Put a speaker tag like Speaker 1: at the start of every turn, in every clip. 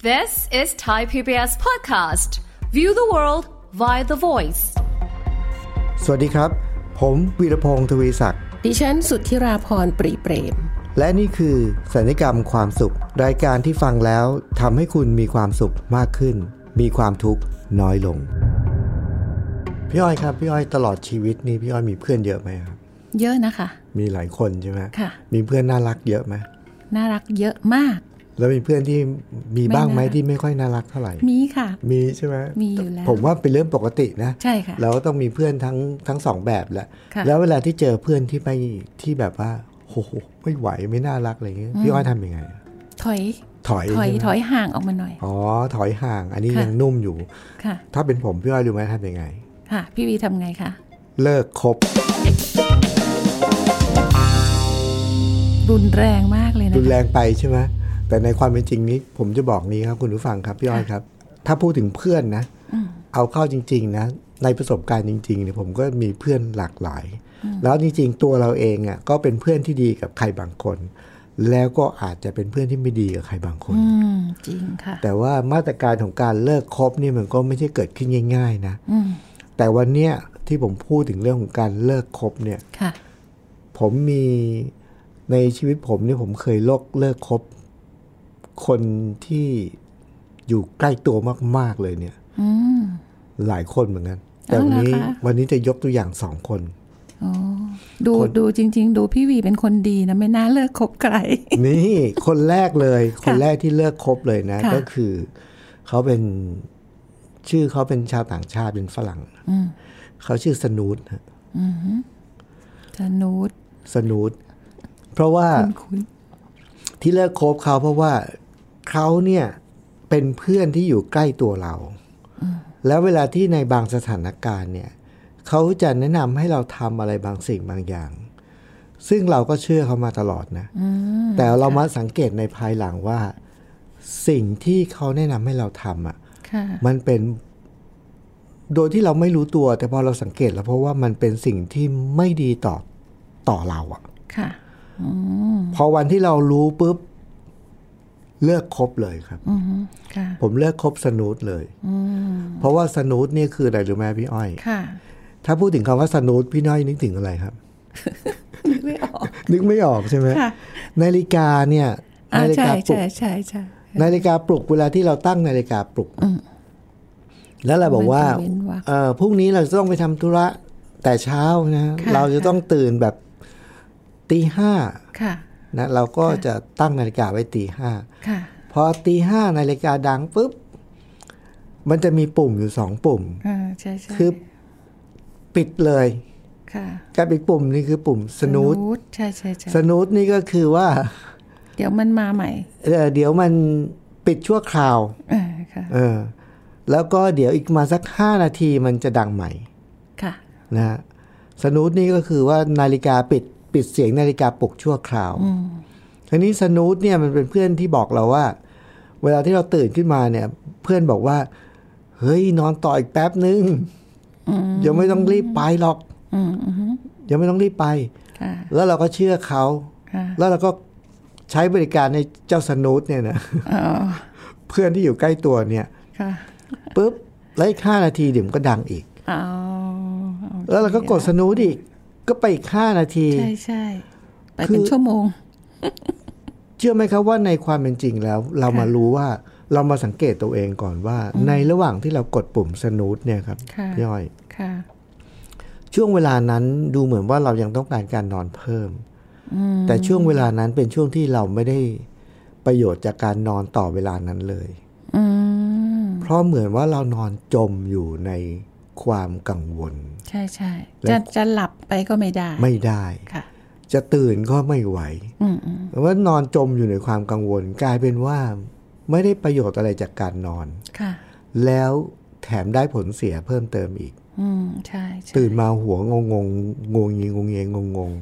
Speaker 1: This is Thai PBS podcast. View the world via the voice.
Speaker 2: สวัสดีครับ ผมวีรพงศ์ทวีศักดิ์
Speaker 3: ดิฉันสุทธิราพรปรีเปรม
Speaker 2: และนี่คือสัญญกรรมความสุข รายการที่ฟังแล้วทำให้คุณมีความสุขมากขึ้น มีความทุกข์น้อยลง พี่อ้อยครับ พี่อ้อยตลอดชีวิตนี้พี่อ้อยมีเพื่อนเยอะไหมครับ
Speaker 3: เยอะนะคะ
Speaker 2: มีหลายคนใช่ไหม
Speaker 3: ค่ะ
Speaker 2: มีเพื่อนน่ารักเยอะไหม
Speaker 3: น่ารักเยอะมาก
Speaker 2: แล้วมีเพื่อนที่มี
Speaker 3: ไม่
Speaker 2: บ้างไหม
Speaker 3: น่า
Speaker 2: ที่ไม่ค่อยน่ารักเท่าไหร่
Speaker 3: มีค่ะ
Speaker 2: มีใช่ไหม
Speaker 3: มีอยู่แล้ว
Speaker 2: ผมว่าเป็นเรื่องปกตินะ
Speaker 3: ใช่ค่ะ
Speaker 2: เราก็ต้องมีเพื่อนทั้งทั้งสองแบบแหละ
Speaker 3: ค่ะ
Speaker 2: แล้วเวลาที่เจอเพื่อนที่ไม่ที่แบบว่าโอ้โหไม่ไหวไม่น่ารักอะไรเงี้ยพี่อ้อยทำยังไง
Speaker 3: ถอย
Speaker 2: ถอย
Speaker 3: ถอย
Speaker 2: ใช่ไหม
Speaker 3: ถอยห่างออกมาหน่อย
Speaker 2: อ๋อถอยห่างอันนี้
Speaker 3: ค่ะ
Speaker 2: ยังนุ่มอยู่
Speaker 3: ค่ะ
Speaker 2: ถ้าเป็นผมพี่อ้อยรู้ไหมทำยังไง
Speaker 3: ค่ะ พี่วีทำไงคะ
Speaker 2: เลิกคบ
Speaker 3: รุนแรงมากเลยนะ
Speaker 2: รุน
Speaker 3: คะ
Speaker 2: แรงไปใช่ไหมแต่ในความเป็นจริงนี้ ผมจะบอกนี้ครับคุณผู้ฟังครับพี่อ้อยครับ ถ้าพูดถึงเพื่อนนะ เอาเข้าจริง ๆ นะ ในประสบการณ์จริงๆเนี่ยผมก็มีเพื่อนหลากหลาย แล้วจริง ๆ ตัวเราเองอ่ะก็เป็นเพื่อนที่ดีกับใครบางคน แล้วก็อาจจะเป็นเพื่อนที่ไม่ดีกับใครบางคน
Speaker 3: อืม จริงค่ะ
Speaker 2: แต่ว่ามาตรการของการเลิกคบนี่มันก็ไม่ใช่เกิดขึ้นง่าย ๆ นะ
Speaker 3: อืม
Speaker 2: แต่วันเนี้ยที่ผมพูดถึงเรื่องของการเลิกคบเนี่ย
Speaker 3: ค่ะ
Speaker 2: ผมมีในชีวิตผมเนี่ยผมเคยเลิกเลิกคบ คนที่อยู่ใกล้ตัวมาก ๆ เลยเนี่ย
Speaker 3: อืม
Speaker 2: หลายคนเหมือนกัน แต่วันนี้
Speaker 3: เอาเหรอคะ
Speaker 2: วันนี้จะยกตัวอย่างสองคน
Speaker 3: โอ้ดู ดูจริง ๆ ดูพี่วีเป็นคนดีนะ ไม่น่าเลิกคบใคร
Speaker 2: นี่ คนแรกเลย คนแรกที่เลิกคบเลยนะ
Speaker 3: ค่ะ
Speaker 2: ก็คือเขาเป็นชื่อเขาเป็นชาวต่างชาติเป็นฝรั่ง
Speaker 3: อืม
Speaker 2: เขาชื่อสนูดฮะ
Speaker 3: สนุด
Speaker 2: สนูดเพราะว่า
Speaker 3: คุณคุณ
Speaker 2: ที่เลิกคบเขาเพราะว่าเขาเนี่ยเป็นเพื่อนที่อยู่ใกล้ตัวเรา แล้วเวลาที่ในบางสถานการณ์เนี่ยเขาจะแนะนำให้เราทำอะไรบางสิ่งบางอย่าง ซึ่งเราก็เชื่อเขามาตลอดนะ แต่เรามาสังเกตในภายหลังว่า สิ่งที่เขาแนะนำให้เราทำอ่ะ
Speaker 3: ค่ะ
Speaker 2: มันเป็น โดยที่เราไม่รู้ตัว แต่พอเราสังเกตแล้วเพราะว่ามันเป็นสิ่งที่ไม่ดีต่อต่อเราอ่ะ
Speaker 3: ค่ะ
Speaker 2: พอวันที่เรารู้ปุ๊บ เลิกคบเลยครับ
Speaker 3: อืมค่ะ
Speaker 2: ผมเลิกคบสนูตเลย เพราะว่าสนูตเนี่ยคืออะไรรู้ไหมพี่อ้อย
Speaker 3: ค่ะ
Speaker 2: ถ้าพูดถึงคำว่าสนูตพี่น้อยนึกถึงอะไรครับ
Speaker 3: ไม่ออก
Speaker 2: นึกไม่ออกใช่ไหม
Speaker 3: ค่ะ
Speaker 2: นาฬิกาเนี่ย
Speaker 3: อ่า
Speaker 2: นาฬิ
Speaker 3: ใช่
Speaker 2: กาปลุ
Speaker 3: ใช่
Speaker 2: ก
Speaker 3: ใช่ใช่
Speaker 2: นาฬิกาปลุกเวลาที่เราตั้งนาฬิกาปลุก แล้วเราบอกว่า
Speaker 3: เว้นวรรค
Speaker 2: เอ่อพรุ่งนี้เราจะต้องไปทำธุระแต่เช้านะ
Speaker 3: ค่ะ
Speaker 2: เราจะต้องตื่นแบบตีห้า
Speaker 3: ค่ะ
Speaker 2: นะเราก็จะตั้งนาฬิกาไว้ตีห้า
Speaker 3: ค่ะ
Speaker 2: พอตีห้านาฬิกาดังปุ๊บ มันจะมีปุ่มอยู่สองปุ่ม
Speaker 3: อ่า ใช่ใช่
Speaker 2: คือปิดเลย
Speaker 3: ค่ะ
Speaker 2: กับอีกปุ่มนี่คือปุ่มสนูต
Speaker 3: ตใช่ใช่ใช่
Speaker 2: สนูตนี่ก็คือว่า
Speaker 3: เดี๋ยวมันมาใหม่
Speaker 2: เอ่อเดี๋ยวมันปิดชั่วคราว
Speaker 3: อ่าค่ะ
Speaker 2: เออ แล้วก็เดี๋ยวอีกมาสักห้านาทีมันจะดังใหม่
Speaker 3: ค่ะ
Speaker 2: นะฮะสนูตนี่ก็คือว่านาฬิกาปิดปิดเสียงนาฬิกาปลุกชั่วคราวทีนี้สนูตเนี่ยมันเป็นเพื่อนที่บอกเราว่า เวลาที่เราตื่นขึ้นมาเนี่ย เพื่อนบอกว่า เฮ้ยนอนต่ออีกแป๊บนึงยังไม่ต้องรีบไปหรอก
Speaker 3: อืมอือฮึ
Speaker 2: ยังไม่ต้องรีบไป
Speaker 3: ค่ะ
Speaker 2: แล้วเราก็เชื่อเขา
Speaker 3: ค่ะ
Speaker 2: แล้วเราก็ใช้บริการในเจ้าสนูตเนี่ยนะ
Speaker 3: อ๋อ
Speaker 2: เพื่อนที่อยู่ใกล้ตัวเนี่ย
Speaker 3: ค่ะ
Speaker 2: ปุ๊บแล้วอีกห้านาทีเดี๋ยวมันก็ดังอีก
Speaker 3: อ๋อ
Speaker 2: แล้วเราก็กดสนูตอีกก็ไปอีกห้านาที
Speaker 3: ใช่ใช่ไป
Speaker 2: คื
Speaker 3: เป็น
Speaker 2: อ
Speaker 3: ชั่วโมง
Speaker 2: เชื่อไหมครับว่าในความเป็นจริงแล้ว เรามารู้ว่าเรามาสังเกตตัวเองก่อนว่า ในระหว่างที่เรากดปุ่มสนูตเนี่ยครับ
Speaker 3: ค่ะ
Speaker 2: พี่อ้อย
Speaker 3: ค่ะ
Speaker 2: ช่วงเวลานั้นดูเหมือนว่าเรายังต้องการการนอนเพิ่ม แต่ช่วงเวลานั้นเป็นช่วงที่เราไม่ได้ประโยชน์จากการนอนต่อเวลานั้นเลย
Speaker 3: อืม
Speaker 2: เพราะเหมือนว่าเรานอนจมอยู่ในความกังวล
Speaker 3: ใช่ใช่
Speaker 2: แล้ว
Speaker 3: จะจะหลับไปก็ไม่ได้
Speaker 2: ไม่ได้
Speaker 3: ค่ะ
Speaker 2: จะตื่นก็ไม่ไหว
Speaker 3: อืมอืม
Speaker 2: ว่านอนจมอยู่ในความกังวล กลายเป็นว่า ไม่ได้ประโยชน์อะไรจากการนอน
Speaker 3: ค่ะ
Speaker 2: แล้วแถมได้ผลเสียเพิ่มเติมอีก
Speaker 3: อืม ใช่ใช่
Speaker 2: ตื่นมาหัวงงงงงงงงงเงงงง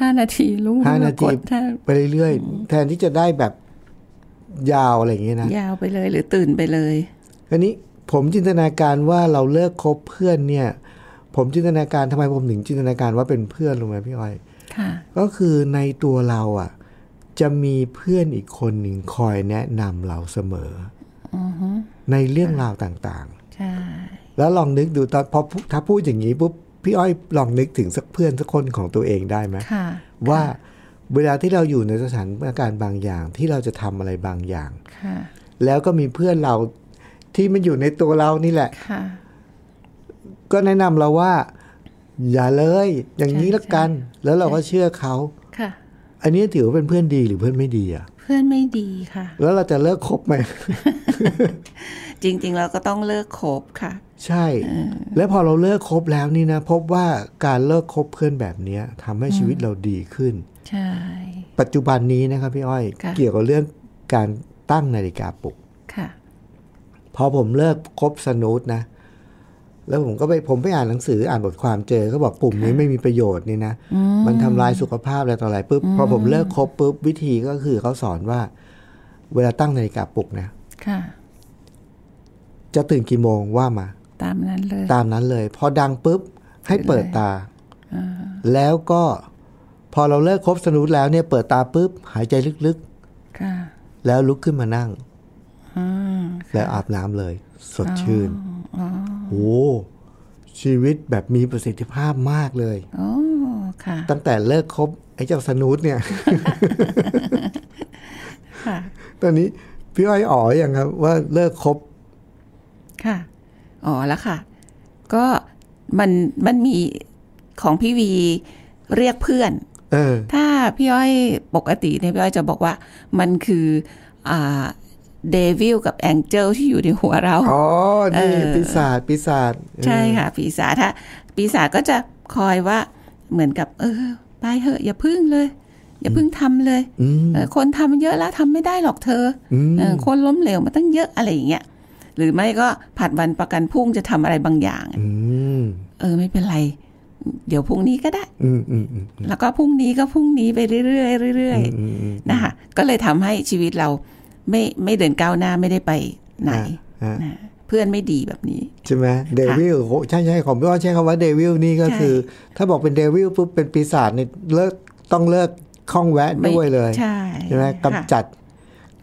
Speaker 3: ห้านาทีรู้
Speaker 2: ห้านาที
Speaker 3: กดถ้า
Speaker 2: ไปเรื่อยๆ แทนที่จะได้แบบยาวอะไรอย่างเงี้ยนะ
Speaker 3: ยาวไปเลยหรือตื่นไปเลย
Speaker 2: อันนี้ผมจินตนาการว่าเราเลิกคบเพื่อนเนี่ย ผมจินตนาการทำไมผมถึงจินตนาการว่าเป็นเพื่อนรู้ไหมพี่อ้อย
Speaker 3: ค่ะ
Speaker 2: ก็คือในตัวเราอ่ะ จะมีเพื่อนอีกคนหนึ่งคอยแนะนำเราเสมออในเรื่องราวต่าง
Speaker 3: ใช่
Speaker 2: ๆ แล้วลองนึกดูตอนพอพูถ้าพูดอย่างนี้ปุ๊บพี่อ้อยลองนึกถึงสักเพื่อนสักคนของตัวเองได้ไหม
Speaker 3: ค่ะ
Speaker 2: ว่าเวลาที่เราอยู่ในสถานการณ์บางอย่างที่เราจะทำอะไรบางอย่าง
Speaker 3: ค่ะ
Speaker 2: แล้วก็มีเพื่อนเราที่มันอยู่ในตัวเรานี่แหละ
Speaker 3: ค่ะ
Speaker 2: ก็แนะนำเราว่า อย่าเลย อย่างนี้ละกัน แล้วเราก็เชื่อเขา
Speaker 3: ค่ะ
Speaker 2: อันนี้ถือว่าเป็นเพื่อนดีหรือเพื่อนไม่ดีอะ
Speaker 3: เพื่อนไม่ดีค่ะ
Speaker 2: แล้วเราจะเลิกคบไหม
Speaker 3: จริง ๆ เราก็ต้องเลิกคบค่ะ
Speaker 2: ใช่ และพอเราเลิกคบแล้วนี่นะ พบว่าการเลิกคบเพื่อนแบบเนี้ยทำให้ชีวิตเราดีขึ้น
Speaker 3: ใช่
Speaker 2: ปัจจุบันนี้นะครับพี่อ้อย
Speaker 3: ค่ะ
Speaker 2: เกี่ยวกับเรื่องการตั้งนาฬิกาปลุก
Speaker 3: ค่ะ
Speaker 2: พอผมเลิกคบสนุตนะ แล้วผมก็ไปผมไปอ่านหนังสืออ่านบทความเจอก็บอกปุ่มนี้ไม่มีประโยชน์นี่นะ มันทำลายสุขภาพอะไรต่ออะไรปุ๊บพอผมเลิกคบปุ๊บวิธีก็คือเขาสอนว่า เวลาตั้งนาฬิกาปลุกนะ
Speaker 3: ค่ะ
Speaker 2: จะตื่นกี่โมงว่ามา
Speaker 3: ตามนั้นเลย
Speaker 2: ตามนั้นเลย พอดังปุ๊บให้เปิดตา แล้วก็พอเราเลิกคบสนุตแล้วเนี่ยเปิดตาปุ๊บหายใจลึก
Speaker 3: ค่ะ
Speaker 2: ๆ แล้วลุกขึ้นมานั่ง
Speaker 3: อืม
Speaker 2: แล้วอาบน้ำเลย สดชื่นโอ้ชีวิตแบบมีประสิทธิภาพมากเลย
Speaker 3: โอ้ ค่ะ
Speaker 2: ตั้งแต่เลิกคบไอ้เจ้าสนูตเนี่ย
Speaker 3: ค่ะ
Speaker 2: ตอนนี้พี่อ้อยอ๋ออย่างครับ ว่าเลิกคบ
Speaker 3: ค่ะ อ๋อแล้วค่ะ ก็มันมันมีของพี่วีเรียกเพื่อน
Speaker 2: เออ
Speaker 3: ถ้าพี่อ้อยปกติเนี่ยพี่อ้อยจะบอกว่ามันคืออ่าเดวิลกับแองเจลที่อยู่ในหัวเรา
Speaker 2: อ๋อ นี่
Speaker 3: เออ
Speaker 2: ปีศาจปีศาจเออ
Speaker 3: ใช่ค่ะ ปีศาจถ้าปีศาจก็จะคอยว่าเหมือนกับ เออไปเถอะอย่าพึ่งเลย อย่าพึ่งทำเลย
Speaker 2: อืม
Speaker 3: เออคนทำเยอะแล้วทำไม่ได้หรอกเธออ
Speaker 2: ม
Speaker 3: เออคนล้มเหลวมาตั้งเยอะอะไรอย่างเงี้ยหรือไม่ก็ผัดวันประกันพรุ่งจะทำอะไรบางอย่าง
Speaker 2: อืม
Speaker 3: เออไม่เป็นไร เดี๋ยวพรุ่งนี้ก็ได้
Speaker 2: อืมอืมอืม
Speaker 3: แล้วก็พรุ่งนี้ก็พรุ่งนี้ไปเรื่อยๆเรื่อย
Speaker 2: อืมอืม
Speaker 3: ๆนะคะก็เลยทำให้ชีวิตเราไม่ไม่เดินก้าวหน้าไม่ได้ไปไหน
Speaker 2: อ่ะ
Speaker 3: นะเพื่อนไม่ดีแบบนี้
Speaker 2: ใช่ไหมเดวิลโหใช่ใช่ของพี่อ้อยใช้คำว่าเดวิลนี่ก็
Speaker 3: ใช่
Speaker 2: คือ ถ้าบอกเป็นเดวิลปุ๊บเป็นปีศาจเนี่ยเลิกต้องเลิกข้องแวะด้วยเลย
Speaker 3: ใช่
Speaker 2: ใช่ไหม
Speaker 3: ค่ะ
Speaker 2: กำจัด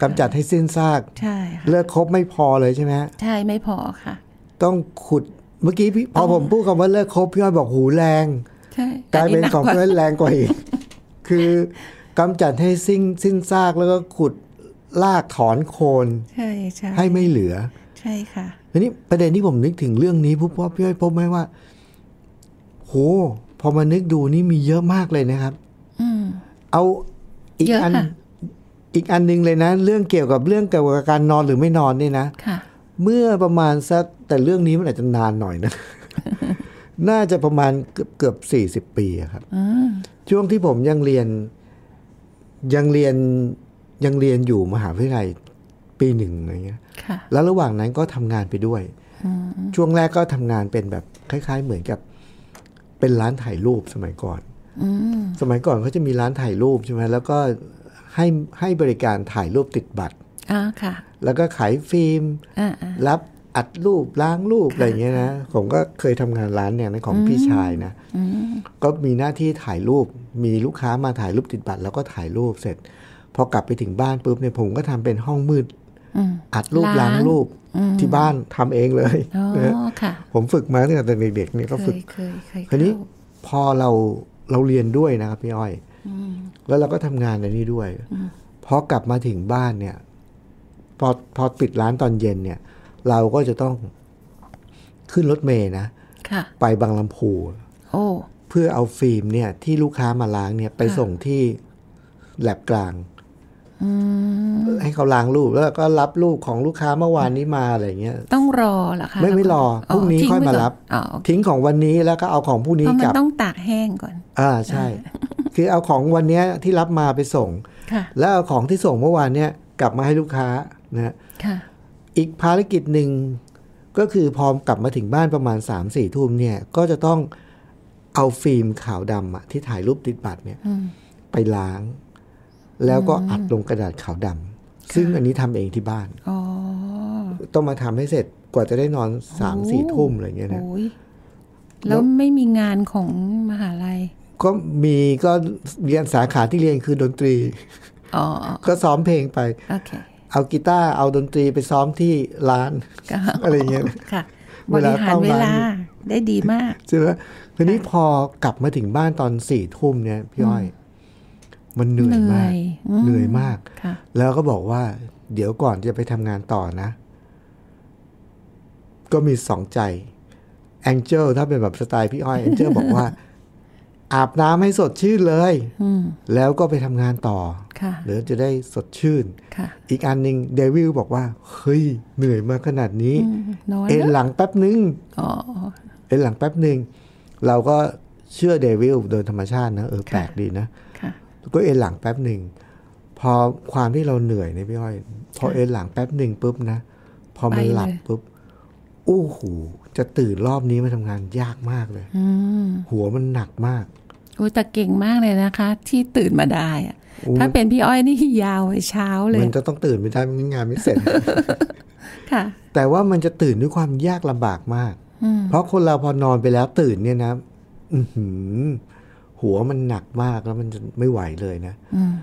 Speaker 2: กำจัดให้สิ้นซาก
Speaker 3: ใช่ค่ะ
Speaker 2: เลิกครบไม่พอเลยใช่ไหมฮะ
Speaker 3: ใช่ไม่พอค่ะ
Speaker 2: ต้องขุดเมื่อกี้พี่พอผมพูดคำว่าเลิกครบพี่อ้อยบอกหูแรง
Speaker 3: ใช่
Speaker 2: กลายเป็น
Speaker 3: ห
Speaker 2: ของ
Speaker 3: ว่
Speaker 2: เพื่อนแรงกว่าอีก คือกำจัดให้สิ้นสิ้นซากแล้วก็ขุดลากถอนโคน
Speaker 3: ใช่ใช่
Speaker 2: ให้ไม่เหลือ
Speaker 3: ใช่ค่ะ
Speaker 2: ทีนี้ประเด็นที่ผมนึกถึงเรื่องนี้ปุ๊บว่าพี่อ้อยพบไหมว่าโหพอมานึกดูนี่มีเยอะมากเลยนะครับ
Speaker 3: อืม
Speaker 2: เอาอีก
Speaker 3: เยอะ
Speaker 2: อัน
Speaker 3: ค่ะ
Speaker 2: อีกอันหนึงเลยนะ เรื่องเกี่ยวกับเรื่องเกี่ยวกับการนอนหรือไม่นอนเนี่ยนะ
Speaker 3: ค่ะ
Speaker 2: เมื่อประมาณสักแต่เรื่องนี้มันอาจจะนานหน่อย นะ น่าจะประมาณเกือบเกือบสี่สิบปีอะครับ
Speaker 3: อืม
Speaker 2: ช่วงที่ผมยังเรียนยังเรียนยังเรียนอยู่มหาวิทยาลัยปีหนึ่งอะไรเงี้ย
Speaker 3: ค่ะ
Speaker 2: แล้วระหว่างนั้นก็ทำงานไปด้วย ช่วงแรกก็ทำงานเป็นแบบคล้าย ๆ เหมือนกับ เป็นร้านถ่ายรูปสมัยก่อน
Speaker 3: อืม
Speaker 2: สมัยก่อนเขาจะมีร้านถ่ายรูปใช่ไหมแล้วก็ให้ให้บริการถ่ายรูปติดบัตร
Speaker 3: อ่าค่ะ
Speaker 2: แล้วก็ขายฟิล์ม
Speaker 3: อ่าอ่า
Speaker 2: รับอัดรูปล้างรูปอะไรอย่างเงี้ยนะผมก็เคยทำงานร้านเนี่ยนะของพี่ชายนะก็มีหน้าที่ถ่ายรูป มีลูกค้ามาถ่ายรูปติดบัตรแล้วก็ถ่ายรูปเสร็จ พอกลับไปถึงบ้านปุ๊บเนี่ยผมก็ทำเป็นห้องมืด
Speaker 3: อืม
Speaker 2: อัดรูปล้าง
Speaker 3: ล้าง
Speaker 2: รูปที่บ้านทำเองเลย
Speaker 3: อ๋อ
Speaker 2: นะ
Speaker 3: ค่ะ
Speaker 2: ผมฝึกมาตั้งแต่เด็กๆเนี่ยก็
Speaker 3: เค
Speaker 2: ฝึก
Speaker 3: ยเคยเคย
Speaker 2: คราวนี้
Speaker 3: เข้า
Speaker 2: พอเราเราเรียนด้วยนะครับพี่อ้อย แล้วเราก็ทำงานในนี้ด้วยพอกลับมาถึงบ้านเนี่ย พอพอปิดร้านตอนเย็นเนี่ย เราก็จะต้องขึ้นรถเมย์นะ
Speaker 3: ค่ะ
Speaker 2: ไปบางลำพู
Speaker 3: โอ้
Speaker 2: เพื่อเอาฟิล์มเนี่ย ที่ลูกค้ามาล้างเนี่ย ไปส่งที่แลบกลางให้เขาล้างรูปแล้วก็รับรูปของลูกค้าเมื่อวานนี้มาอะไรอย่างเงี้ย
Speaker 3: ต้องรอเหรอคะ
Speaker 2: ไม่ไม่รอพรุ่งนี้
Speaker 3: ทิ้
Speaker 2: ค่อย
Speaker 3: ไว้
Speaker 2: มา
Speaker 3: ก่น
Speaker 2: รับ
Speaker 3: อ๋อโอเค
Speaker 2: ทิ้งของวันนี้แล้วก็เอาของพรุ่ง
Speaker 3: เพ
Speaker 2: นี้
Speaker 3: ราะ
Speaker 2: ก
Speaker 3: มัน
Speaker 2: ลับ
Speaker 3: ต้องตากแห้งก่อน
Speaker 2: อ่าใช่ คือเอาของวันเนี้ยที่รับมาไปส่ง
Speaker 3: ค่ะ
Speaker 2: แล้วเอาของที่ส่งเมื่อวานเนี่ยกลับมาให้ลูกค้านะฮะ
Speaker 3: ค่ะ
Speaker 2: อีกภารกิจหนึ่งก็คือพอกลับมาถึงบ้านประมาณ 3 4ทุ่มเนี่ยก็จะต้องเอาฟิล์มขาวดำอะที่ถ่ายรูปติดบัตรเนี่ยไปล้าง แล้วก็อัดลงกระดาษขาวดำซึ่งอันนี้ทำเองที่บ้าน
Speaker 3: อ๋อ
Speaker 2: ต้องมาทำให้เสร็จกว่าจะได้นอนสามสี่ทุ่มอะไรอย่างเงี้ยนะ
Speaker 3: โอ้ยแล้วไม่มีงานของมหาลัย
Speaker 2: ก็มีก็เรียนสาขาที่เรียนคือดนตรี
Speaker 3: อ๋อ
Speaker 2: ก็ซ้อมเพลงไป
Speaker 3: โอเค
Speaker 2: เอากีตาร์เอาดนตรีไปซ้อมที่ร้าน
Speaker 3: ก็
Speaker 2: อะไรอย่างเงี้ย
Speaker 3: ค่ะ บ
Speaker 2: เวลา
Speaker 3: ริหาร
Speaker 2: เข้า
Speaker 3: เวลา
Speaker 2: ร้าน
Speaker 3: ได้ดีมาก
Speaker 2: ใช่ไหมทีนี้พอกลับมาถึงบ้านตอนสี่ทุ่มเนี่ยพี่อ้อย มันเหนื่อยมาก
Speaker 3: อืม
Speaker 2: เหนื่อยมาก
Speaker 3: ค่ะ
Speaker 2: แล้วก็บอกว่า เดี๋ยวก่อนจะไปทำงานต่อนะ ก็มีสองใจแองเจลถ้าเป็นแบบสไตล์พี่อ้อยแองเจลบอก ว่า อาบน้ำให้สดชื่นเลย
Speaker 3: อืม
Speaker 2: แล้วก็ไปทำงานต่อ
Speaker 3: ค่ะ
Speaker 2: เดี๋ยวจะได้สดชื่น
Speaker 3: ค่ะ
Speaker 2: อีกอันหนึ่งเดวิลบอกว่า เฮ้ย เหนื่อยมาขนาดนี้
Speaker 3: อืมนอน
Speaker 2: เอ็น
Speaker 3: นะ
Speaker 2: หลังแป๊บนึง
Speaker 3: อ๋อ
Speaker 2: เอ็นหลังแป๊บหนึ่งเราก็เชื่อเดวิลโดยธรรมชาตินะเออ
Speaker 3: ค่ะ
Speaker 2: แปลกดีนะ
Speaker 3: ค่ะ
Speaker 2: ก็เอ็นหลังแป๊บหนึ่งพอความที่เราเหนื่อยเนี่ยพี่อ้อยพอเอ็นหลังแป๊บหนึ่งปุ๊บนะพอมัน
Speaker 3: ไปเลย
Speaker 2: หลับปุ๊บอู้หูจะตื่นรอบนี้มาทำงานยากมากเลย
Speaker 3: อืม
Speaker 2: หัวมันหนักมาก
Speaker 3: โอ้แต่เก่งมากเลยนะคะ ที่ตื่นมาได้อะถ้าเป็นพี่อ้อยนี่ยาวไปเช้าเลย
Speaker 2: มันจะต้องตื่นไม่ได้ไม่งั้นงานไม่เสร็จ
Speaker 3: ค่ะ
Speaker 2: แต่ว่ามันจะตื่นด้วยความยากลำบากมาก
Speaker 3: อืม
Speaker 2: เพราะคนเราพอนอนไปแล้วตื่นเนี่ยนะ อื้อหือ หัวมันหนักมากแล้วมันจะไม่ไหวเลยนะ
Speaker 3: อืม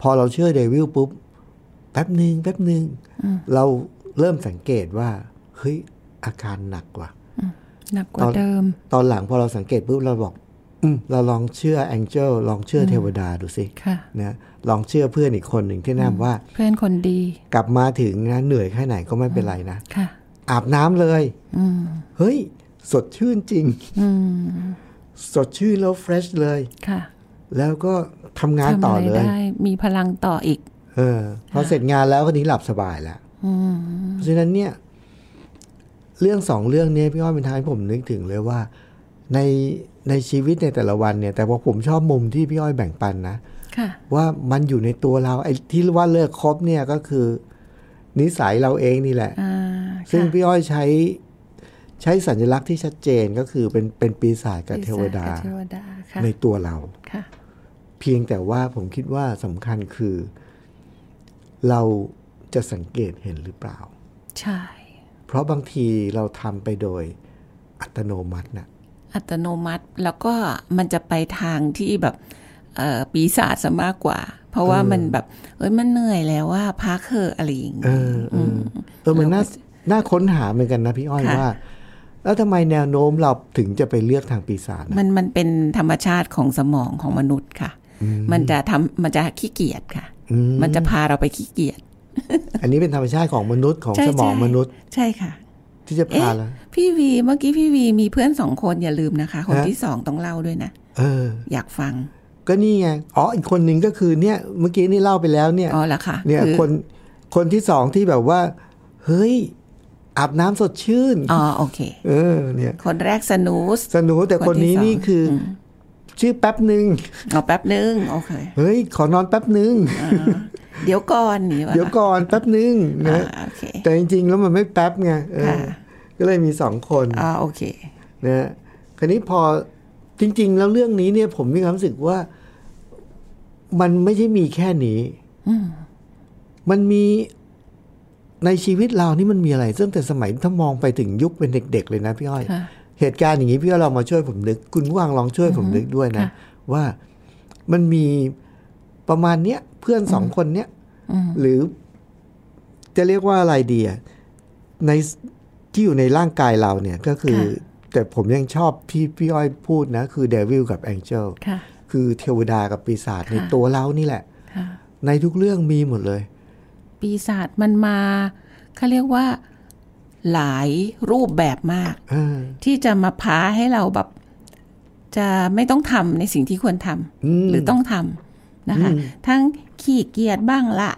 Speaker 2: พอเราเชื่อเดวิลปุ๊บ แป๊บหนึ่งแป๊บหนึ่งเราเริ่มสังเกตว่า เฮ้ย อาการหนักว่ะ
Speaker 3: หนักกว่า
Speaker 2: ตอน
Speaker 3: เดิม
Speaker 2: ตอนหลังพอเราสังเกตปุ๊บ เราบอก อืม เราลองเชื่อแองเจลลองเชื่อเทวดาดูสิ
Speaker 3: ค่ะ
Speaker 2: นะลองเชื่อเพื่อนอีกคนหนึ่งที่แนะนำว่า
Speaker 3: เพื่อนคนดี
Speaker 2: กลับมาถึงนะเหนื่อยแค่ไหนก็ไม่เป็นไรนะ
Speaker 3: ค่ะ
Speaker 2: อาบน้ำเลย
Speaker 3: อืม
Speaker 2: เฮ้ย สดชื่นจริง
Speaker 3: อืม
Speaker 2: สดชื่นแล้วเฟรชเลย
Speaker 3: ค่ะ
Speaker 2: แล้วก็ทำงาน
Speaker 3: ทำ
Speaker 2: ต่อ
Speaker 3: อะไร
Speaker 2: เลย
Speaker 3: ได้มีพลังต่ออีก
Speaker 2: เออพอเสร็จงานแล้วคนนี้หลับสบายแล้วเพราะฉะนั้นเนี่ย เรื่องสองเรื่องเนี้ยพี่อ้อยเป็นทางให้ผมนึกถึงเลยว่า ในในชีวิตในแต่ละวันเนี่ย แต่ว่าผมชอบมุมที่พี่อ้อยแบ่งปันนะ
Speaker 3: ค่ะ
Speaker 2: ว่ามันอยู่ในตัวเราไอ้ที่ว่าเลิกคบเนี่ยก็คือ นิสัยเราเองนี่แหละ
Speaker 3: อ่า
Speaker 2: ซึ่ง
Speaker 3: ค่ะ
Speaker 2: พี่อ้อยใช้ ใช้สัญลักษณ์ที่ชัดเจนก็คือเป็นเป็นปีศาจกับเทวดา
Speaker 3: ปีศจกับเทวดาค่ะ
Speaker 2: ในตัวเรา
Speaker 3: ค่ะ
Speaker 2: เพียงแต่ว่าผมคิดว่าสำคัญคือ เราจะสังเกตเห็นหรือเปล่า
Speaker 3: ใช่
Speaker 2: เพราะบางทีเราทำไปโดยอัตโนมัติน่ะ
Speaker 3: อัตโนมัติแล้วก็มันจะไปทางที่แบบเอ่อปีศาจซะมากกว่า เพราะว่ามันแบบเอ้ยมันเหนื่อยแล้วว่าพักเถอะอะไรอย่าง
Speaker 2: เอ
Speaker 3: งี้
Speaker 2: อเออเออมันน่าน่าค้นหาเหมือนกันนะพี่อ้อยว่า แล้วทำไมแนวโน้มเราถึงจะไปเลือกทางปีศาจน่ะ
Speaker 3: มันมันเป็นธรรมชาติของสมองของมนุษย์ค่ะ มันจะทำมันจะขี้เกียจค่ะ
Speaker 2: อืม
Speaker 3: มันจะพาเราไปขี้เกียจ
Speaker 2: อันนี้เป็นธรรมชาติของมนุษย์ของ
Speaker 3: ใช่
Speaker 2: สมอง
Speaker 3: ใช่
Speaker 2: มนุษย์
Speaker 3: ใช่ค่ะ
Speaker 2: ที่จะพา
Speaker 3: เอ๊ะ
Speaker 2: แล้ว
Speaker 3: พี่วีเมื่อกี้พี่วีมีเพื่อนสองคนอย่าลืมนะคะ คน
Speaker 2: ฮะ
Speaker 3: ที่สองต้องเล่าด้วยนะ
Speaker 2: เออ
Speaker 3: อยากฟัง
Speaker 2: ก็นี่ไงอ๋ออีกคนหนึ่งก็คือเนี่ย เมื่อกี้นี่เล่าไปแล้วเนี่ย
Speaker 3: อ๋อเหรอคะ
Speaker 2: เนี่ย
Speaker 3: อ
Speaker 2: คนคนที่สองที่แบบว่า เฮ้ย อาบน้ำสดชื่น
Speaker 3: อ๋อโอเค
Speaker 2: เออ เนี่ย
Speaker 3: คนแรกสนูส
Speaker 2: สนุกแต่
Speaker 3: ค
Speaker 2: คน น
Speaker 3: ที่
Speaker 2: นี้
Speaker 3: สอง
Speaker 2: นี่คืออชื่อแป๊บหนึ่ง
Speaker 3: เอาแป๊บนึงโอเค
Speaker 2: เฮ้ย ขอนอนแป๊บหนึ่ง
Speaker 3: อ่าเดี๋ยวก่อนนี่วะ
Speaker 2: เดี๋ยวก่อนแป๊บหนึ่ง
Speaker 3: อ่า
Speaker 2: นะ
Speaker 3: โอเค
Speaker 2: แต่จริง ๆ แล้วมันไม่แป๊บไงเออ
Speaker 3: ค่ะ
Speaker 2: ก็เลยมีสองคน
Speaker 3: อ่าโอเค
Speaker 2: นะคราวนี้พอจริง ๆ แล้วเรื่องนี้เนี่ย ผมมีความรู้สึกว่า มันไม่ใช่มีแค่นี้มันมีในชีวิตเรานี่มันมีอะไรซึ่งแต่สมัยถ้ามองไปถึงยุคเป็นเด็ก ๆ เลยนะพี่อ้อย
Speaker 3: ค่ะ
Speaker 2: เหตุการณ์อย่างนี้พี่ว่าเรามาช่วยผมนึก คุณผู้ฟังลองช่วยผมนึกด้วยนะ
Speaker 3: ค่ะ
Speaker 2: ว่ามันมีประมาณเนี้ยเพื่อนสองคนเนี้ยหรือจะเรียกว่าอะไรดีอะในที่อยู่ในร่างกายเราเนี่ยก็คือ แต่ผมยังชอบพี่พี่อ้อยพูดนะ คือเดวิลกับแองเจล
Speaker 3: ค่ะ
Speaker 2: คือเทวดากับปีศาจใน
Speaker 3: ค่ะ
Speaker 2: ตัวเรานี่แหละ
Speaker 3: ค่ะ
Speaker 2: ในทุกเรื่องมีหมดเลย
Speaker 3: ปีศาจมันมาเขาเรียกว่าหลายรูปแบบมาก
Speaker 2: เออ
Speaker 3: ที่จะมาพาให้เราแบบ จะไม่ต้องทำในสิ่งที่ควรท
Speaker 2: อืม
Speaker 3: ำหรือต้องทำนะคะ
Speaker 2: อืม
Speaker 3: ทั้งขี้เกียจบ้างละ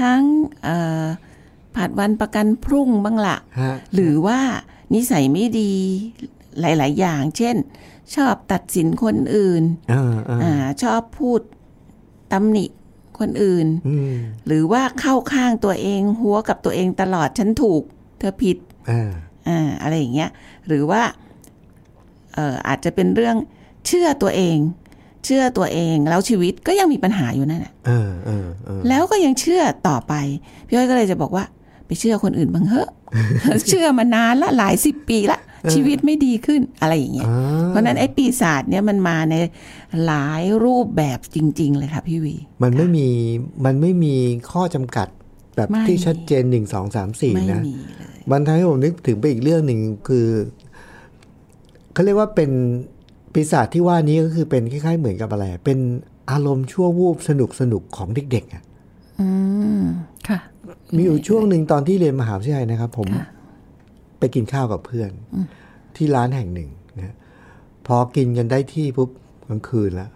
Speaker 3: ทั้งเอ่อผัดวันประกันพรุ่งบ้างละ
Speaker 2: ฮะ
Speaker 3: หรือว่านิสัยไม่ดีหลาย ๆ อย่าง เช่น ชอบตัดสินคนอื่น
Speaker 2: เออเออ
Speaker 3: อ่าชอบพูดตำหนิคนอื่น
Speaker 2: อืม
Speaker 3: หรือว่าเข้าข้างตัวเองหัวกับตัวเองตลอดฉันถูก เธอผิด
Speaker 2: อ่า
Speaker 3: อ่าอะไรอย่างเงี้ยหรือว่าเอ่ออาจจะเป็นเรื่องเชื่อตัวเอง เชื่อตัวเองแล้วชีวิตก็ยังมีปัญหาอยู่นั่นแหละ
Speaker 2: เออเออเออ
Speaker 3: แล้วก็ยังเชื่อต่อไปพี่อ้อยก็เลยจะบอกว่า ไปเชื่อคนอื่นบ้างเหอะ เชื่อมานานละหลายสิบปีละชีวิตไม่ดีขึ้นอะไรอย่างเงี้ย
Speaker 2: อ่า
Speaker 3: เพราะฉะนั้นไอ้ปีศาจเนี่ยมันมาในหลายรูปแบบจริง ๆ เลยค่ะพี่วี
Speaker 2: มันไม่มีมันไม่มีข้อจำกัดแบบ
Speaker 3: ไม่
Speaker 2: ที่ชัดเจนหนึ่งสองสามสี่
Speaker 3: ไม่
Speaker 2: นะ
Speaker 3: มีเลย
Speaker 2: มันทำให้ผมนึกถึงไปอีกเรื่องหนึ่งคือเขาเรียกว่าเป็นปีศาจที่ว่านี้ก็คือเป็นคล้ายๆ เหมือนกับอะไร เป็นอารมณ์ชั่ววูบสนุกสนุกๆของเด็กๆอะ
Speaker 3: อืมค่ะ
Speaker 2: มีอยู่ช่วงหนึ่งตอนที่เรียนมหาวิทยาลัยนะครับ ผม
Speaker 3: ค่ะ
Speaker 2: ไปกินข้าวกับเพื่อนที่ร้านแห่งหนึ่งนะพอกินกันได้ที่ปุ๊บกลางคืนแล้ว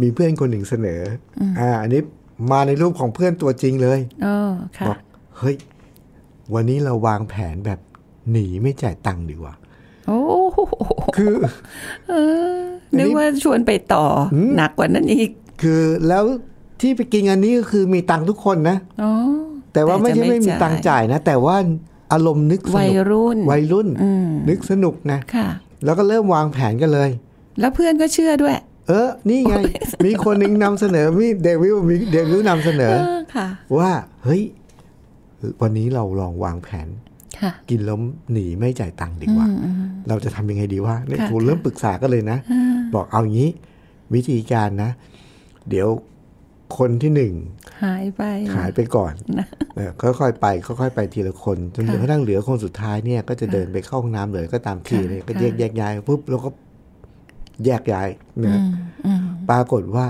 Speaker 2: มีเพื่อนคนหนึ่งเสนอออ่าอันนี้มาในรูปของเพื่อนตัวจริงเลย
Speaker 3: อ๋อค่ะ
Speaker 2: บอกเฮ้ย วันนี้เราวางแผนแบบหนีไม่จ่ายตังค์ดีกว่า
Speaker 3: โอ้โห
Speaker 2: คือ
Speaker 3: เออนึกว่าชวนไปต่ออหนักกว่านั้นอีก
Speaker 2: คือแล้วที่ไปกินอันนี้ก็คือมีตังค์ทุกคนนะ
Speaker 3: อ๋อ
Speaker 2: แต่ว่าไม่
Speaker 3: จะ
Speaker 2: ใช่ไม่มีตังค์จ่ายนะ แต่ว่าอารมณ์นึกส
Speaker 3: วัย
Speaker 2: นุก
Speaker 3: รุ่น
Speaker 2: วัยรุ่น
Speaker 3: อืม
Speaker 2: นึกสนุกนะ
Speaker 3: ค่ะ
Speaker 2: แล้วก็เริ่มวางแผนกันเลย
Speaker 3: แล้วเพื่อนก็เชื่อด้วย
Speaker 2: เออ นี่ไง มีคนหนึ่งนำเสนอมีเดวิลมีเดวิลนำเสนอ
Speaker 3: เออค่ะ
Speaker 2: ว่าเฮ้ย วันนี้เราลองวางแผน
Speaker 3: ค่ะ
Speaker 2: กินแล้วหนีไม่จ่ายตังค์ดีกว่า เราจะทำยังไงดีวะเนี่ย
Speaker 3: ค่ะ
Speaker 2: ผมเริ่มปรึกษากันเลยนะ บอกเอาอย่างนี้ วิธีการนะ เดี๋ยวคนที่หนึ่ง
Speaker 3: หายไป
Speaker 2: หายไปก่อนเออค่อยๆไปค่อยๆไปทีละคนจนกระทั่งเหลือคนสุดท้ายเนี่ย ก็จะเดินไปเข้าห้องน้ำเลยก็ตามทีเลยก็แยก
Speaker 3: ค่ะ
Speaker 2: แยกย้ายปุ๊บแล้วก็แยกย้ายนะ
Speaker 3: อืมอืม
Speaker 2: ปรากฏว่า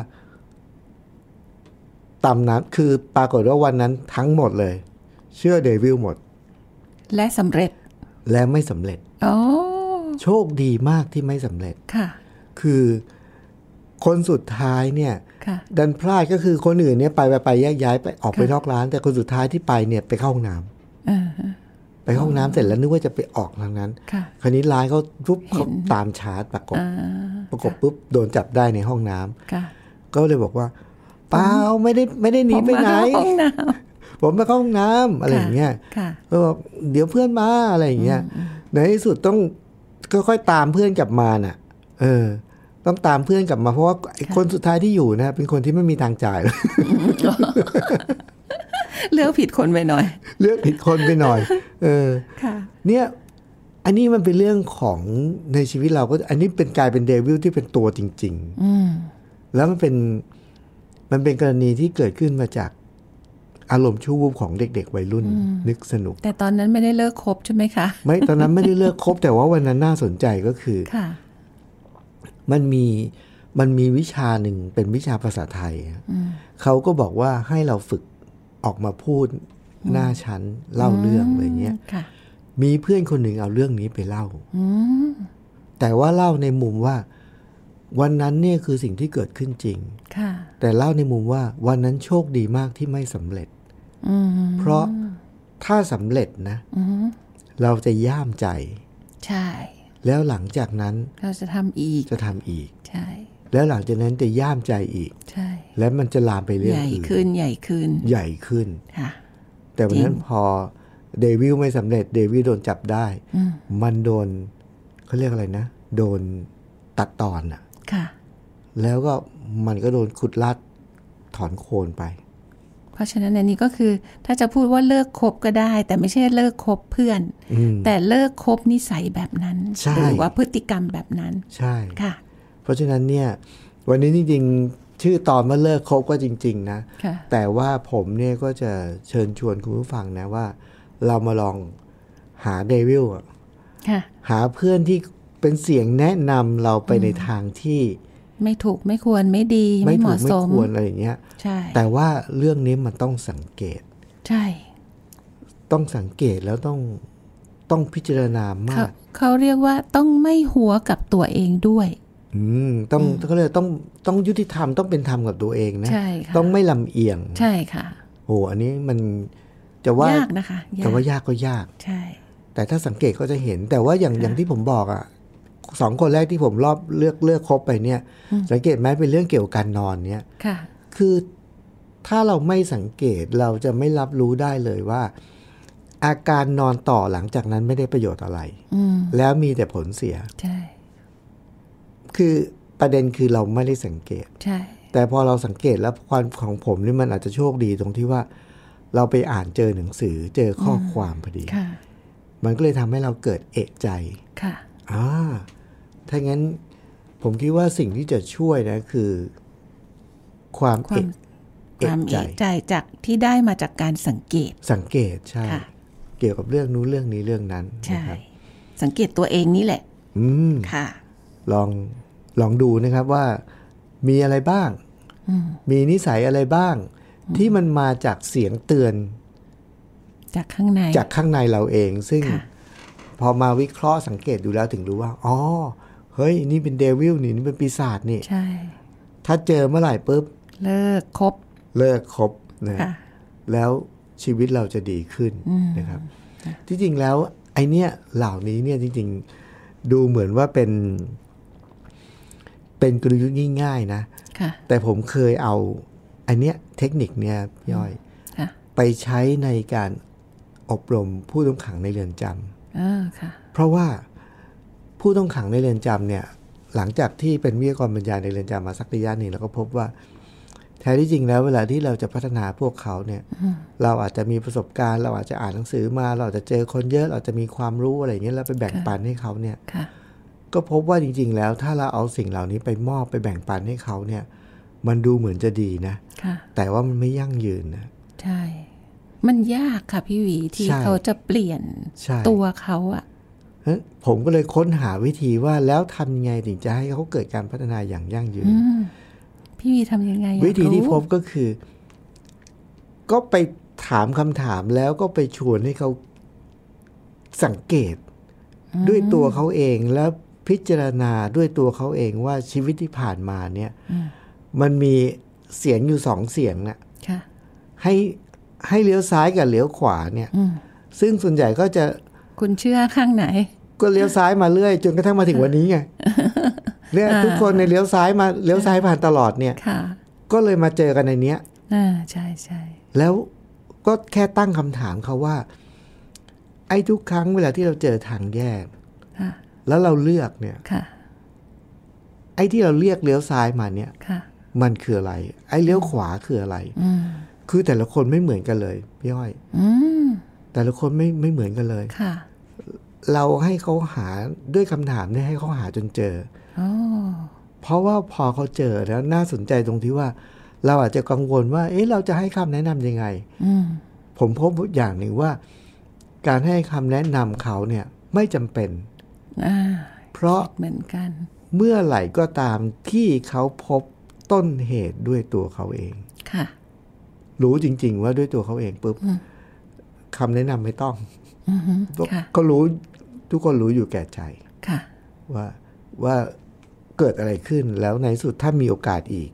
Speaker 2: ตำนั้นคือปรากฏว่าวันนั้นทั้งหมดเลย เชื่อเดวิลหมด
Speaker 3: และสำเร็จ
Speaker 2: และไม่สำเร็จ
Speaker 3: อ๋อ
Speaker 2: โชคดีมากที่ไม่สำเร็จ
Speaker 3: ค่ะ
Speaker 2: คือคนสุดท้ายเนี่ย
Speaker 3: ค่ะ
Speaker 2: ดันพลาดก็คือคนอื่นเนี่ยไปไปไปแยกย้ายไปออกไป
Speaker 3: ค่ะ
Speaker 2: นอกร้าน แต่คนสุดท้ายที่ไปเนี่ยไปเข้าห้องน้ำ
Speaker 3: เออ
Speaker 2: ไปเข้าห้องน้ำเสร็จแล้วนึกว่าจะไปออกทางนั้น
Speaker 3: ค่ะ
Speaker 2: คราวนี้ร้านเขาปุ๊บ
Speaker 3: เห็
Speaker 2: เขา
Speaker 3: น
Speaker 2: ตามชาร์จประกบ
Speaker 3: อ่า
Speaker 2: ประกบปุ๊บโดนจับได้ในห้องน้ำ
Speaker 3: ค่ะ
Speaker 2: ก็เลยบอกว่า เปล่าไม่ได้ไม่ได้หนีไปไหน
Speaker 3: ผมมา
Speaker 2: ผมมา
Speaker 3: เข้าห้องน้
Speaker 2: เข้าห้องน้ำ
Speaker 3: ำ
Speaker 2: อะไรอย่างเงี้ย
Speaker 3: ค่ะ
Speaker 2: ก็บอกเดี๋ยวเพื่อนมาอะไรอย่างเงี้ยในที่สุดต้องค่อยๆตามเพื่อนกลับมาน่ะ เออ ต้องตามเพื่อนกลับมาเพราะว่าไอ้คนสุดท้ายที่อยู่นะ เป็นคนที่ไม่มีทางจ่าย
Speaker 3: เลือกผิดคนไปหน่อย
Speaker 2: เลือกผิดคนไปหน่อย เออ
Speaker 3: ค่ะ
Speaker 2: เนี่ยอันนี้มันเป็นเรื่องของในชีวิตเราก็ อันนี้เป็นกลายเป็นเดวิลที่เป็นตัวจริง
Speaker 3: อืม
Speaker 2: ๆ แล้วมันเป็นมันเป็นกรณีที่เกิดขึ้นมาจากอารมณ์ชั่ววูบของเด็ก ๆ วัยรุ่น นึกสนุก
Speaker 3: แต่ตอนนั้นไม่ได้เลิกคบใช่ไหมคะ
Speaker 2: ไม่ตอนนั้นไม่ได้เลิกคบแต่ว่าวันนั้นน่าสนใจก็คือ
Speaker 3: ค่ะ
Speaker 2: มันมีมันมีวิชาหนึ่งเป็นวิชาภาษาไทยอะเขาก็บอกว่าให้เราฝึกออกมาพูดหน้าชั้นเล่าเรื่องอะไรเงี้ย
Speaker 3: ค่ะ
Speaker 2: มีเพื่อนคนหนึ่งเอาเรื่องนี้ไปเล่าแต่ว่าเล่าในมุมว่า วันนั้นเนี่ยคือสิ่งที่เกิดขึ้นจริง
Speaker 3: ค่ะ
Speaker 2: แต่เล่าในมุมว่าวันนั้นโชคดีมากที่ไม่สำเร็จ
Speaker 3: อืม
Speaker 2: เพราะถ้าสำเร็จนะเราจะย่ามใจ
Speaker 3: ใช่
Speaker 2: แล้วหลังจากนั้น
Speaker 3: เราจะทำอีก
Speaker 2: จะทำอีก
Speaker 3: ใช่
Speaker 2: แล้วหลังจากนั้นจะย่ามใจอีก
Speaker 3: ใช่
Speaker 2: และมันจะลามไปเรื่อ
Speaker 3: ให
Speaker 2: ง
Speaker 3: ญ่
Speaker 2: อื่น
Speaker 3: ขึ้นใหญ่ขึ้น
Speaker 2: ใหญ่ขึ้น
Speaker 3: ค่ะ
Speaker 2: แต่วันนั้นพอเดวิลไม่สำเร็จ เดวิลโดนจับได้ มันโดนเขาเรียกอะไรนะ โดนตัดตอนอะ
Speaker 3: ค่ะ
Speaker 2: แล้วก็มันก็โดนขุดลัดถอนโคนไป
Speaker 3: เพราะฉะนั้นอันนี้ก็คือ ถ้าจะพูดว่าเลิกคบก็ได้ แต่ไม่ใช่เลิกคบเพื่อน แต่เลิกคบนิสัยแบบนั้น
Speaker 2: ใช่
Speaker 3: หรือว่าพฤติกรรมแบบนั้น
Speaker 2: ใช่
Speaker 3: ค่ะ
Speaker 2: เพราะฉะนั้นเนี่ย วันนี้จริงๆ ชื่อตอนว่าเลิกคบก็จริง ๆ นะ
Speaker 3: ค่ะ
Speaker 2: แต่ว่าผมเนี่ยก็จะเชิญชวนคุณผู้ฟังนะว่า เรามาลองหาเดวิลอะ
Speaker 3: ค่ะ
Speaker 2: หาเพื่อนที่เป็นเสียงแนะนำเราไปในทางที่
Speaker 3: ไม่ถูกไม่ควรไม่ดี
Speaker 2: ไม่
Speaker 3: ไม่เห
Speaker 2: ถู
Speaker 3: มาะ
Speaker 2: กไม่
Speaker 3: สม
Speaker 2: ควรอะไรอย่างเงี้ย
Speaker 3: ใช่
Speaker 2: แต่ว่าเรื่องนี้มันต้องสังเกต
Speaker 3: ใช่
Speaker 2: ต้องสังเกตแล้วต้องต้องพิจารณามาก
Speaker 3: เขาเขาเรียกว่าต้องไม่หัวกับตัวเองด้วย
Speaker 2: อืมต้องก็เลยกต้องต้องยุติธรรมต้องเป็นธรรมกับตัวเองนะ
Speaker 3: ใช่ค่ะ
Speaker 2: ต้องไม่ลำเอียง
Speaker 3: ใช่ค่ะ
Speaker 2: โอ้อันนี้มันจะว่าย
Speaker 3: ยากนะคะยา
Speaker 2: แต่ว่าก ยากก็ยาก
Speaker 3: ใช่
Speaker 2: แต่ถ้าสังเกตก็จะเห็น แต่ว่าอย่างอย่างที่ผมบอกอะสองคนแรกที่ผมรอบเลือกเลือกคบไปเนี่ย สังเกตไหมเป็นเรื่องเกี่ยวกับการนอนเนี่ย
Speaker 3: ค่ะ
Speaker 2: คือถ้าเราไม่สังเกตเราจะไม่รับรู้ได้เลยว่า อาการนอนต่อหลังจากนั้นไม่ได้ประโยชน์อะไร
Speaker 3: อืม
Speaker 2: แล้วมีแต่ผลเสีย
Speaker 3: ใช่
Speaker 2: คือประเด็นคือเราไม่ได้สังเกต
Speaker 3: ใช่
Speaker 2: แต่พอเราสังเกตแล้วความของผมนี่มันอาจจะโชคดีตรงที่ว่า เราไปอ่านเจอหนังสือเจอข้อความพอดี
Speaker 3: ค่ะ
Speaker 2: มันก็เลยทำให้เราเกิดเอะใจ
Speaker 3: ค่ะ
Speaker 2: อ่า ถ้างั้นผมคิดว่าสิ่งที่จะช่วยนะคือ ความ
Speaker 3: ควา
Speaker 2: เอะ
Speaker 3: มความ
Speaker 2: ใจ
Speaker 3: เอกใจจากที่ได้มาจากการสังเกต
Speaker 2: สังเกตใช่
Speaker 3: ค่ะ
Speaker 2: เกี่ยวกับเรื่องนู้นเรื่องนี้เรื่องนั้น
Speaker 3: ใช่
Speaker 2: นะครับ
Speaker 3: สังเกตตัวเองนี่แหละ
Speaker 2: อืม
Speaker 3: ค่ะ
Speaker 2: ลองลองดูนะครับว่ามีอะไรบ้าง มีนิสัยอะไรบ้าง ที่มันมาจากเสียงเตือน
Speaker 3: จากข้างใน
Speaker 2: จากข้างในเราเอง ซึ่ง
Speaker 3: ค่ะ
Speaker 2: พอมาวิเคราะห์สังเกตดูแล้วถึงรู้ว่า อ๋อ เฮ้ย นี่เป็นเดวิลนี่นี่เป็นปีศาจนี่
Speaker 3: ใช่
Speaker 2: ถ้าเจอเมื่อไหร่ปุ๊บ
Speaker 3: เลิกครบ
Speaker 2: เลิกคบนะ
Speaker 3: ค่ะ
Speaker 2: แล้วชีวิตเราจะดีขึ้นนะครับ ที่จริงแล้ว ไอเนี้ยเหล่านี้เนี่ยจริงๆดูเหมือนว่าเป็น เป็นกลยุทธ์ง่ายๆนะ
Speaker 3: ค่ะ
Speaker 2: แต่ผมเคยเอาอันเนี้ยเทคนิคเนี่ยพี่ย้อย
Speaker 3: ค่ะ
Speaker 2: ไปใช้ในการอบรมผู้ต้องขังในเรือนจำ
Speaker 3: เออค่ะ
Speaker 2: เพราะว่าผู้ต้องขังในเรือนจำเนี่ย หลังจากที่เป็นวิทยากรบรรยายในเรือนจำมาสักระยะหนึ่งเราก็พบว่า แท้ที่จริงแล้วเวลาที่เราจะพัฒนาพวกเขาเนี่ย เราอาจจะมีประสบการณ์ เราอาจจะอ่านหนังสือมา เราอาจจะเจอคนเยอะ เราอาจจะมีความรู้อะไรอย่างเงี้ยแล้วไปแบ่งปันให้เขาเนี่ย
Speaker 3: ค่ะ
Speaker 2: ก็พบว่าจริง ๆ แล้วถ้าเราเอาสิ่งเหล่านี้ไปมอบไปแบ่งปันให้เขาเนี่ย มันดูเหมือนจะดีนะ
Speaker 3: ค่ะ
Speaker 2: แต่ว่ามันไม่ยั่งยืนนะ
Speaker 3: ใช่ มันยากค่ะพี่หวีที่
Speaker 2: ใช่
Speaker 3: เขาจะเปลี่ยน
Speaker 2: ใช่
Speaker 3: ตัวเขาอะ
Speaker 2: เพราะฉะนั้นผมก็เลยค้นหาวิธีว่าแล้วทำยังไงถึงจะให้เขาเกิดการพัฒนาอย่างยั่งยืน
Speaker 3: อืมพี่หวีทำยังไงอะ
Speaker 2: วิธีที่พ
Speaker 3: รู้
Speaker 2: บก็คือ ก็ไปถามคำถามแล้วก็ไปชวนให้เขาสังเกต ด้วยตัวเขาเองแล้วพิจารณาด้วยตัวเขาเองว่าชีวิตที่ผ่านมาเนี่ย มันมีเสียงอยู่สองเสียงน่ะ
Speaker 3: ค่ะ
Speaker 2: ให้ให้เลี้ยวซ้ายกับเลี้ยวขวาเนี่ย ซึ่งส่วนใหญ่ก็จะ
Speaker 3: คุณเชื่อข้างไหน
Speaker 2: ก็เลี้ยวซ้ายมาเรื่อยจนกระทั่งมาถึงวันนี้ไงเนี่ยทุกคนในยเลี้ยวซ้ายมาเลี้ยวซ้ายผ่านตลอดเนี่ย
Speaker 3: ค่ะ
Speaker 2: ก็เลยมาเจอกันในเนี้ย
Speaker 3: อ่าใช่ใช่
Speaker 2: แล้วก็แค่ตั้งคำถามเขาว่า ไอ้ทุกครั้งเวลาที่เราเจอทางแยก
Speaker 3: ค่ะ
Speaker 2: แล้วเราเลือกเนี่ย
Speaker 3: ค่ะ
Speaker 2: ไอ้ที่เราเลือกเลี้ยวซ้ายมาเนี่ย
Speaker 3: ค่ะ
Speaker 2: มันคืออะไร ไอ้เลี้ยวขวาคืออะไร
Speaker 3: อืม
Speaker 2: คือแต่ละคนไม่เหมือนกันเลยพี่อ้อย
Speaker 3: อืม
Speaker 2: แต่ละคนไม่ไม่เหมือนกันเลย
Speaker 3: ค่ะ
Speaker 2: เราให้เขาหาด้วยคำถามเนี่ยให้เขาหาจนเจอ
Speaker 3: อ๋อ
Speaker 2: เพราะว่าพอเขาเจอแล้วน่าสนใจตรงที่ว่า เราอาจจะกังวลว่า เอ๊ะเราจะให้คำแนะนำยังไง
Speaker 3: อืม
Speaker 2: ผมพบอย่างหนึ่งว่า การให้คำแนะนำเขาเนี่ยไม่จำเป็น
Speaker 3: อ่า
Speaker 2: เพราะ
Speaker 3: เหมือนกัน
Speaker 2: เมื่อไหร่ก็ตามที่เขาพบต้นเหตุด้วยตัวเขาเอง
Speaker 3: ค่ะ
Speaker 2: รู้จริง ๆ ว่าด้วยตัวเขาเองปุ๊บคำแนะนำไม่ต้อง
Speaker 3: อือฮึค่ะ
Speaker 2: เขารู้ทุกคนรู้อยู่แก่ใจ
Speaker 3: ค่ะ
Speaker 2: ว่าว่าเกิดอะไรขึ้นแล้วในที่สุดถ้ามีโอกาสอีก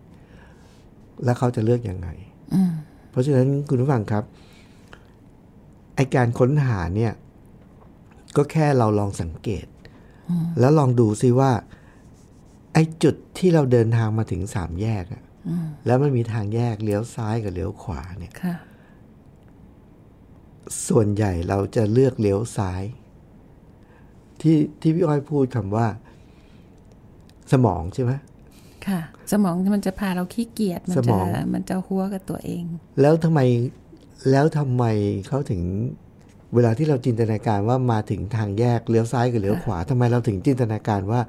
Speaker 2: แล้วเขาจะเลือกอยังไง
Speaker 3: อืม
Speaker 2: เพราะฉะนั้นคุณผู้ฟังครับไอการค้นหาเนี่ย ก็แค่เราลองสังเกต แล้วลองดูซิว่า ไอจุดที่เราเดินทางมาถึงสามแยกอะแล้วมันมีทางแยกเลี้ยวซ้ายกับเลี้ยวขวาเนี่ย
Speaker 3: ค่ะ
Speaker 2: ส่วนใหญ่เราจะเลือกเลี้ยวซ้าย ที่ที่พี่อ้อยพูดคำว่า สมองใช่ไหม
Speaker 3: ค่ะ สมองมันจะพาเราขี้เกียจ มัน
Speaker 2: สม
Speaker 3: จะ
Speaker 2: อง
Speaker 3: มันจะหัวกับตัวเอง
Speaker 2: แล้วทำไมแล้วทำไมเขาถึง เวลาที่เราจินตนาการว่ามาถึงทางแยกเลี้ยวซ้ายกับเลี้ยวขวาทำไมเราถึงจินตนาการว่า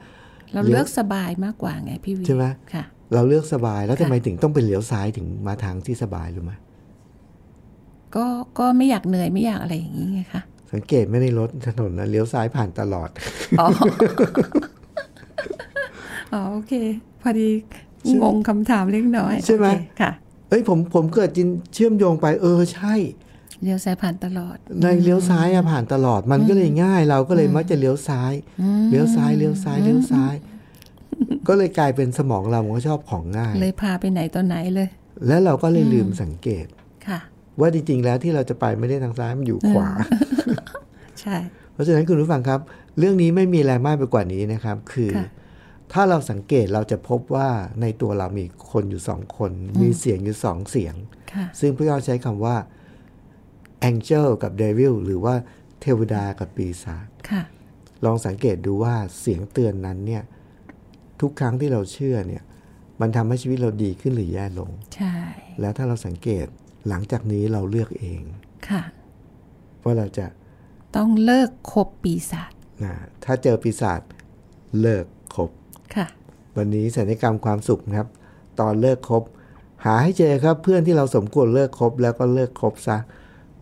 Speaker 3: เราเลือกสบายมากกว่าไงพี่วี
Speaker 2: ใช่ไหม
Speaker 3: ค่ะ
Speaker 2: เราเลือกสบายแล้วทำไมถึงต้องเป็นเลี้ยวซ้ายถึงมาทางที่สบายรู้ไหม
Speaker 3: ก็ ก็ไม่อยากเหนื่อยไม่อยากอะไรอย่างนี้ไงคะ
Speaker 2: สังเกตไหม่ในรถถนนนะเลี้ยวซ้ายผ่านตลอด
Speaker 3: อ๋อ อ๋อโอเค พอดีงงคำถามเล็กน้อย
Speaker 2: ใช่ไหม
Speaker 3: โอเคค่ะ
Speaker 2: เอ้ยผมผมเกิดจินเชื่อมโยงไปเออใช่
Speaker 3: เลี้ยวซ้ายผ่านตลอด
Speaker 2: ในเลี้ยวซ้ายอะผ่านตลอดมันก็เลยง่าย เราก็เลยมักจะเลี้ยวซ้ายเลี้ยวซ้ายเลี้ยวซ้ายเลี้ยวซ้าย ก็เลยกลายเป็นสมองเรามันก็ชอบของง่าย
Speaker 3: เลยพาไปไหนตอนไหนเลย
Speaker 2: แล้วเราก็เลยลืมสังเกต
Speaker 3: ค่ะ
Speaker 2: ว่าจริงๆแล้วที่เราจะไปไม่ได้ทางซ้ายมันอยู่ขวา
Speaker 3: ใช่
Speaker 2: เพราะฉะนั้นคุณผู้ฟังครับ เรื่องนี้ไม่มีอะไรมากไปกว่านี้นะครับ คือ
Speaker 3: ค่ะ
Speaker 2: ถ้าเราสังเกตเราจะพบว่าในตัวเรามีคนอยู่สองคน มีเสียงอยู่สองเสียง
Speaker 3: ค่ะ
Speaker 2: ซึ่งพระเจ้าใช้คำว่า angel กับ devil หรือว่าเทวดากับปีศาจ
Speaker 3: ค่ะ
Speaker 2: ลองสังเกตดูว่าเสียงเตือนนั้นเนี่ย ทุกครั้งที่เราเชื่อเนี่ย มันทำให้ชีวิตเราดีขึ้นหรือแย่ลง
Speaker 3: ใช่
Speaker 2: แล้วถ้าเราสังเกต หลังจากนี้เราเลือกเอง
Speaker 3: ค่ะ
Speaker 2: ว่าเราจะ
Speaker 3: ต้องเลิกคบปีศาจ
Speaker 2: นะถ้าเจอปีศาจเลิกคบ
Speaker 3: ค่ะ
Speaker 2: วันนี้สัญญกรรมความสุขนะครับ ตอนเลิกคบ หาให้เจอครับเพื่อนที่เราสมควรเลิกคบแล้วก็เลิกคบซะ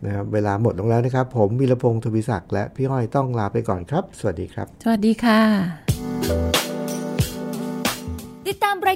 Speaker 2: นะครับเวลาหมดลงแล้วนะครับ ผมวีรพงศ์ทวิศักดิ์และพี่ห้อยต้องลาไปก่อนครับ สวัสดีครับ
Speaker 3: สวัสดีค่ะ
Speaker 4: ติดตามรา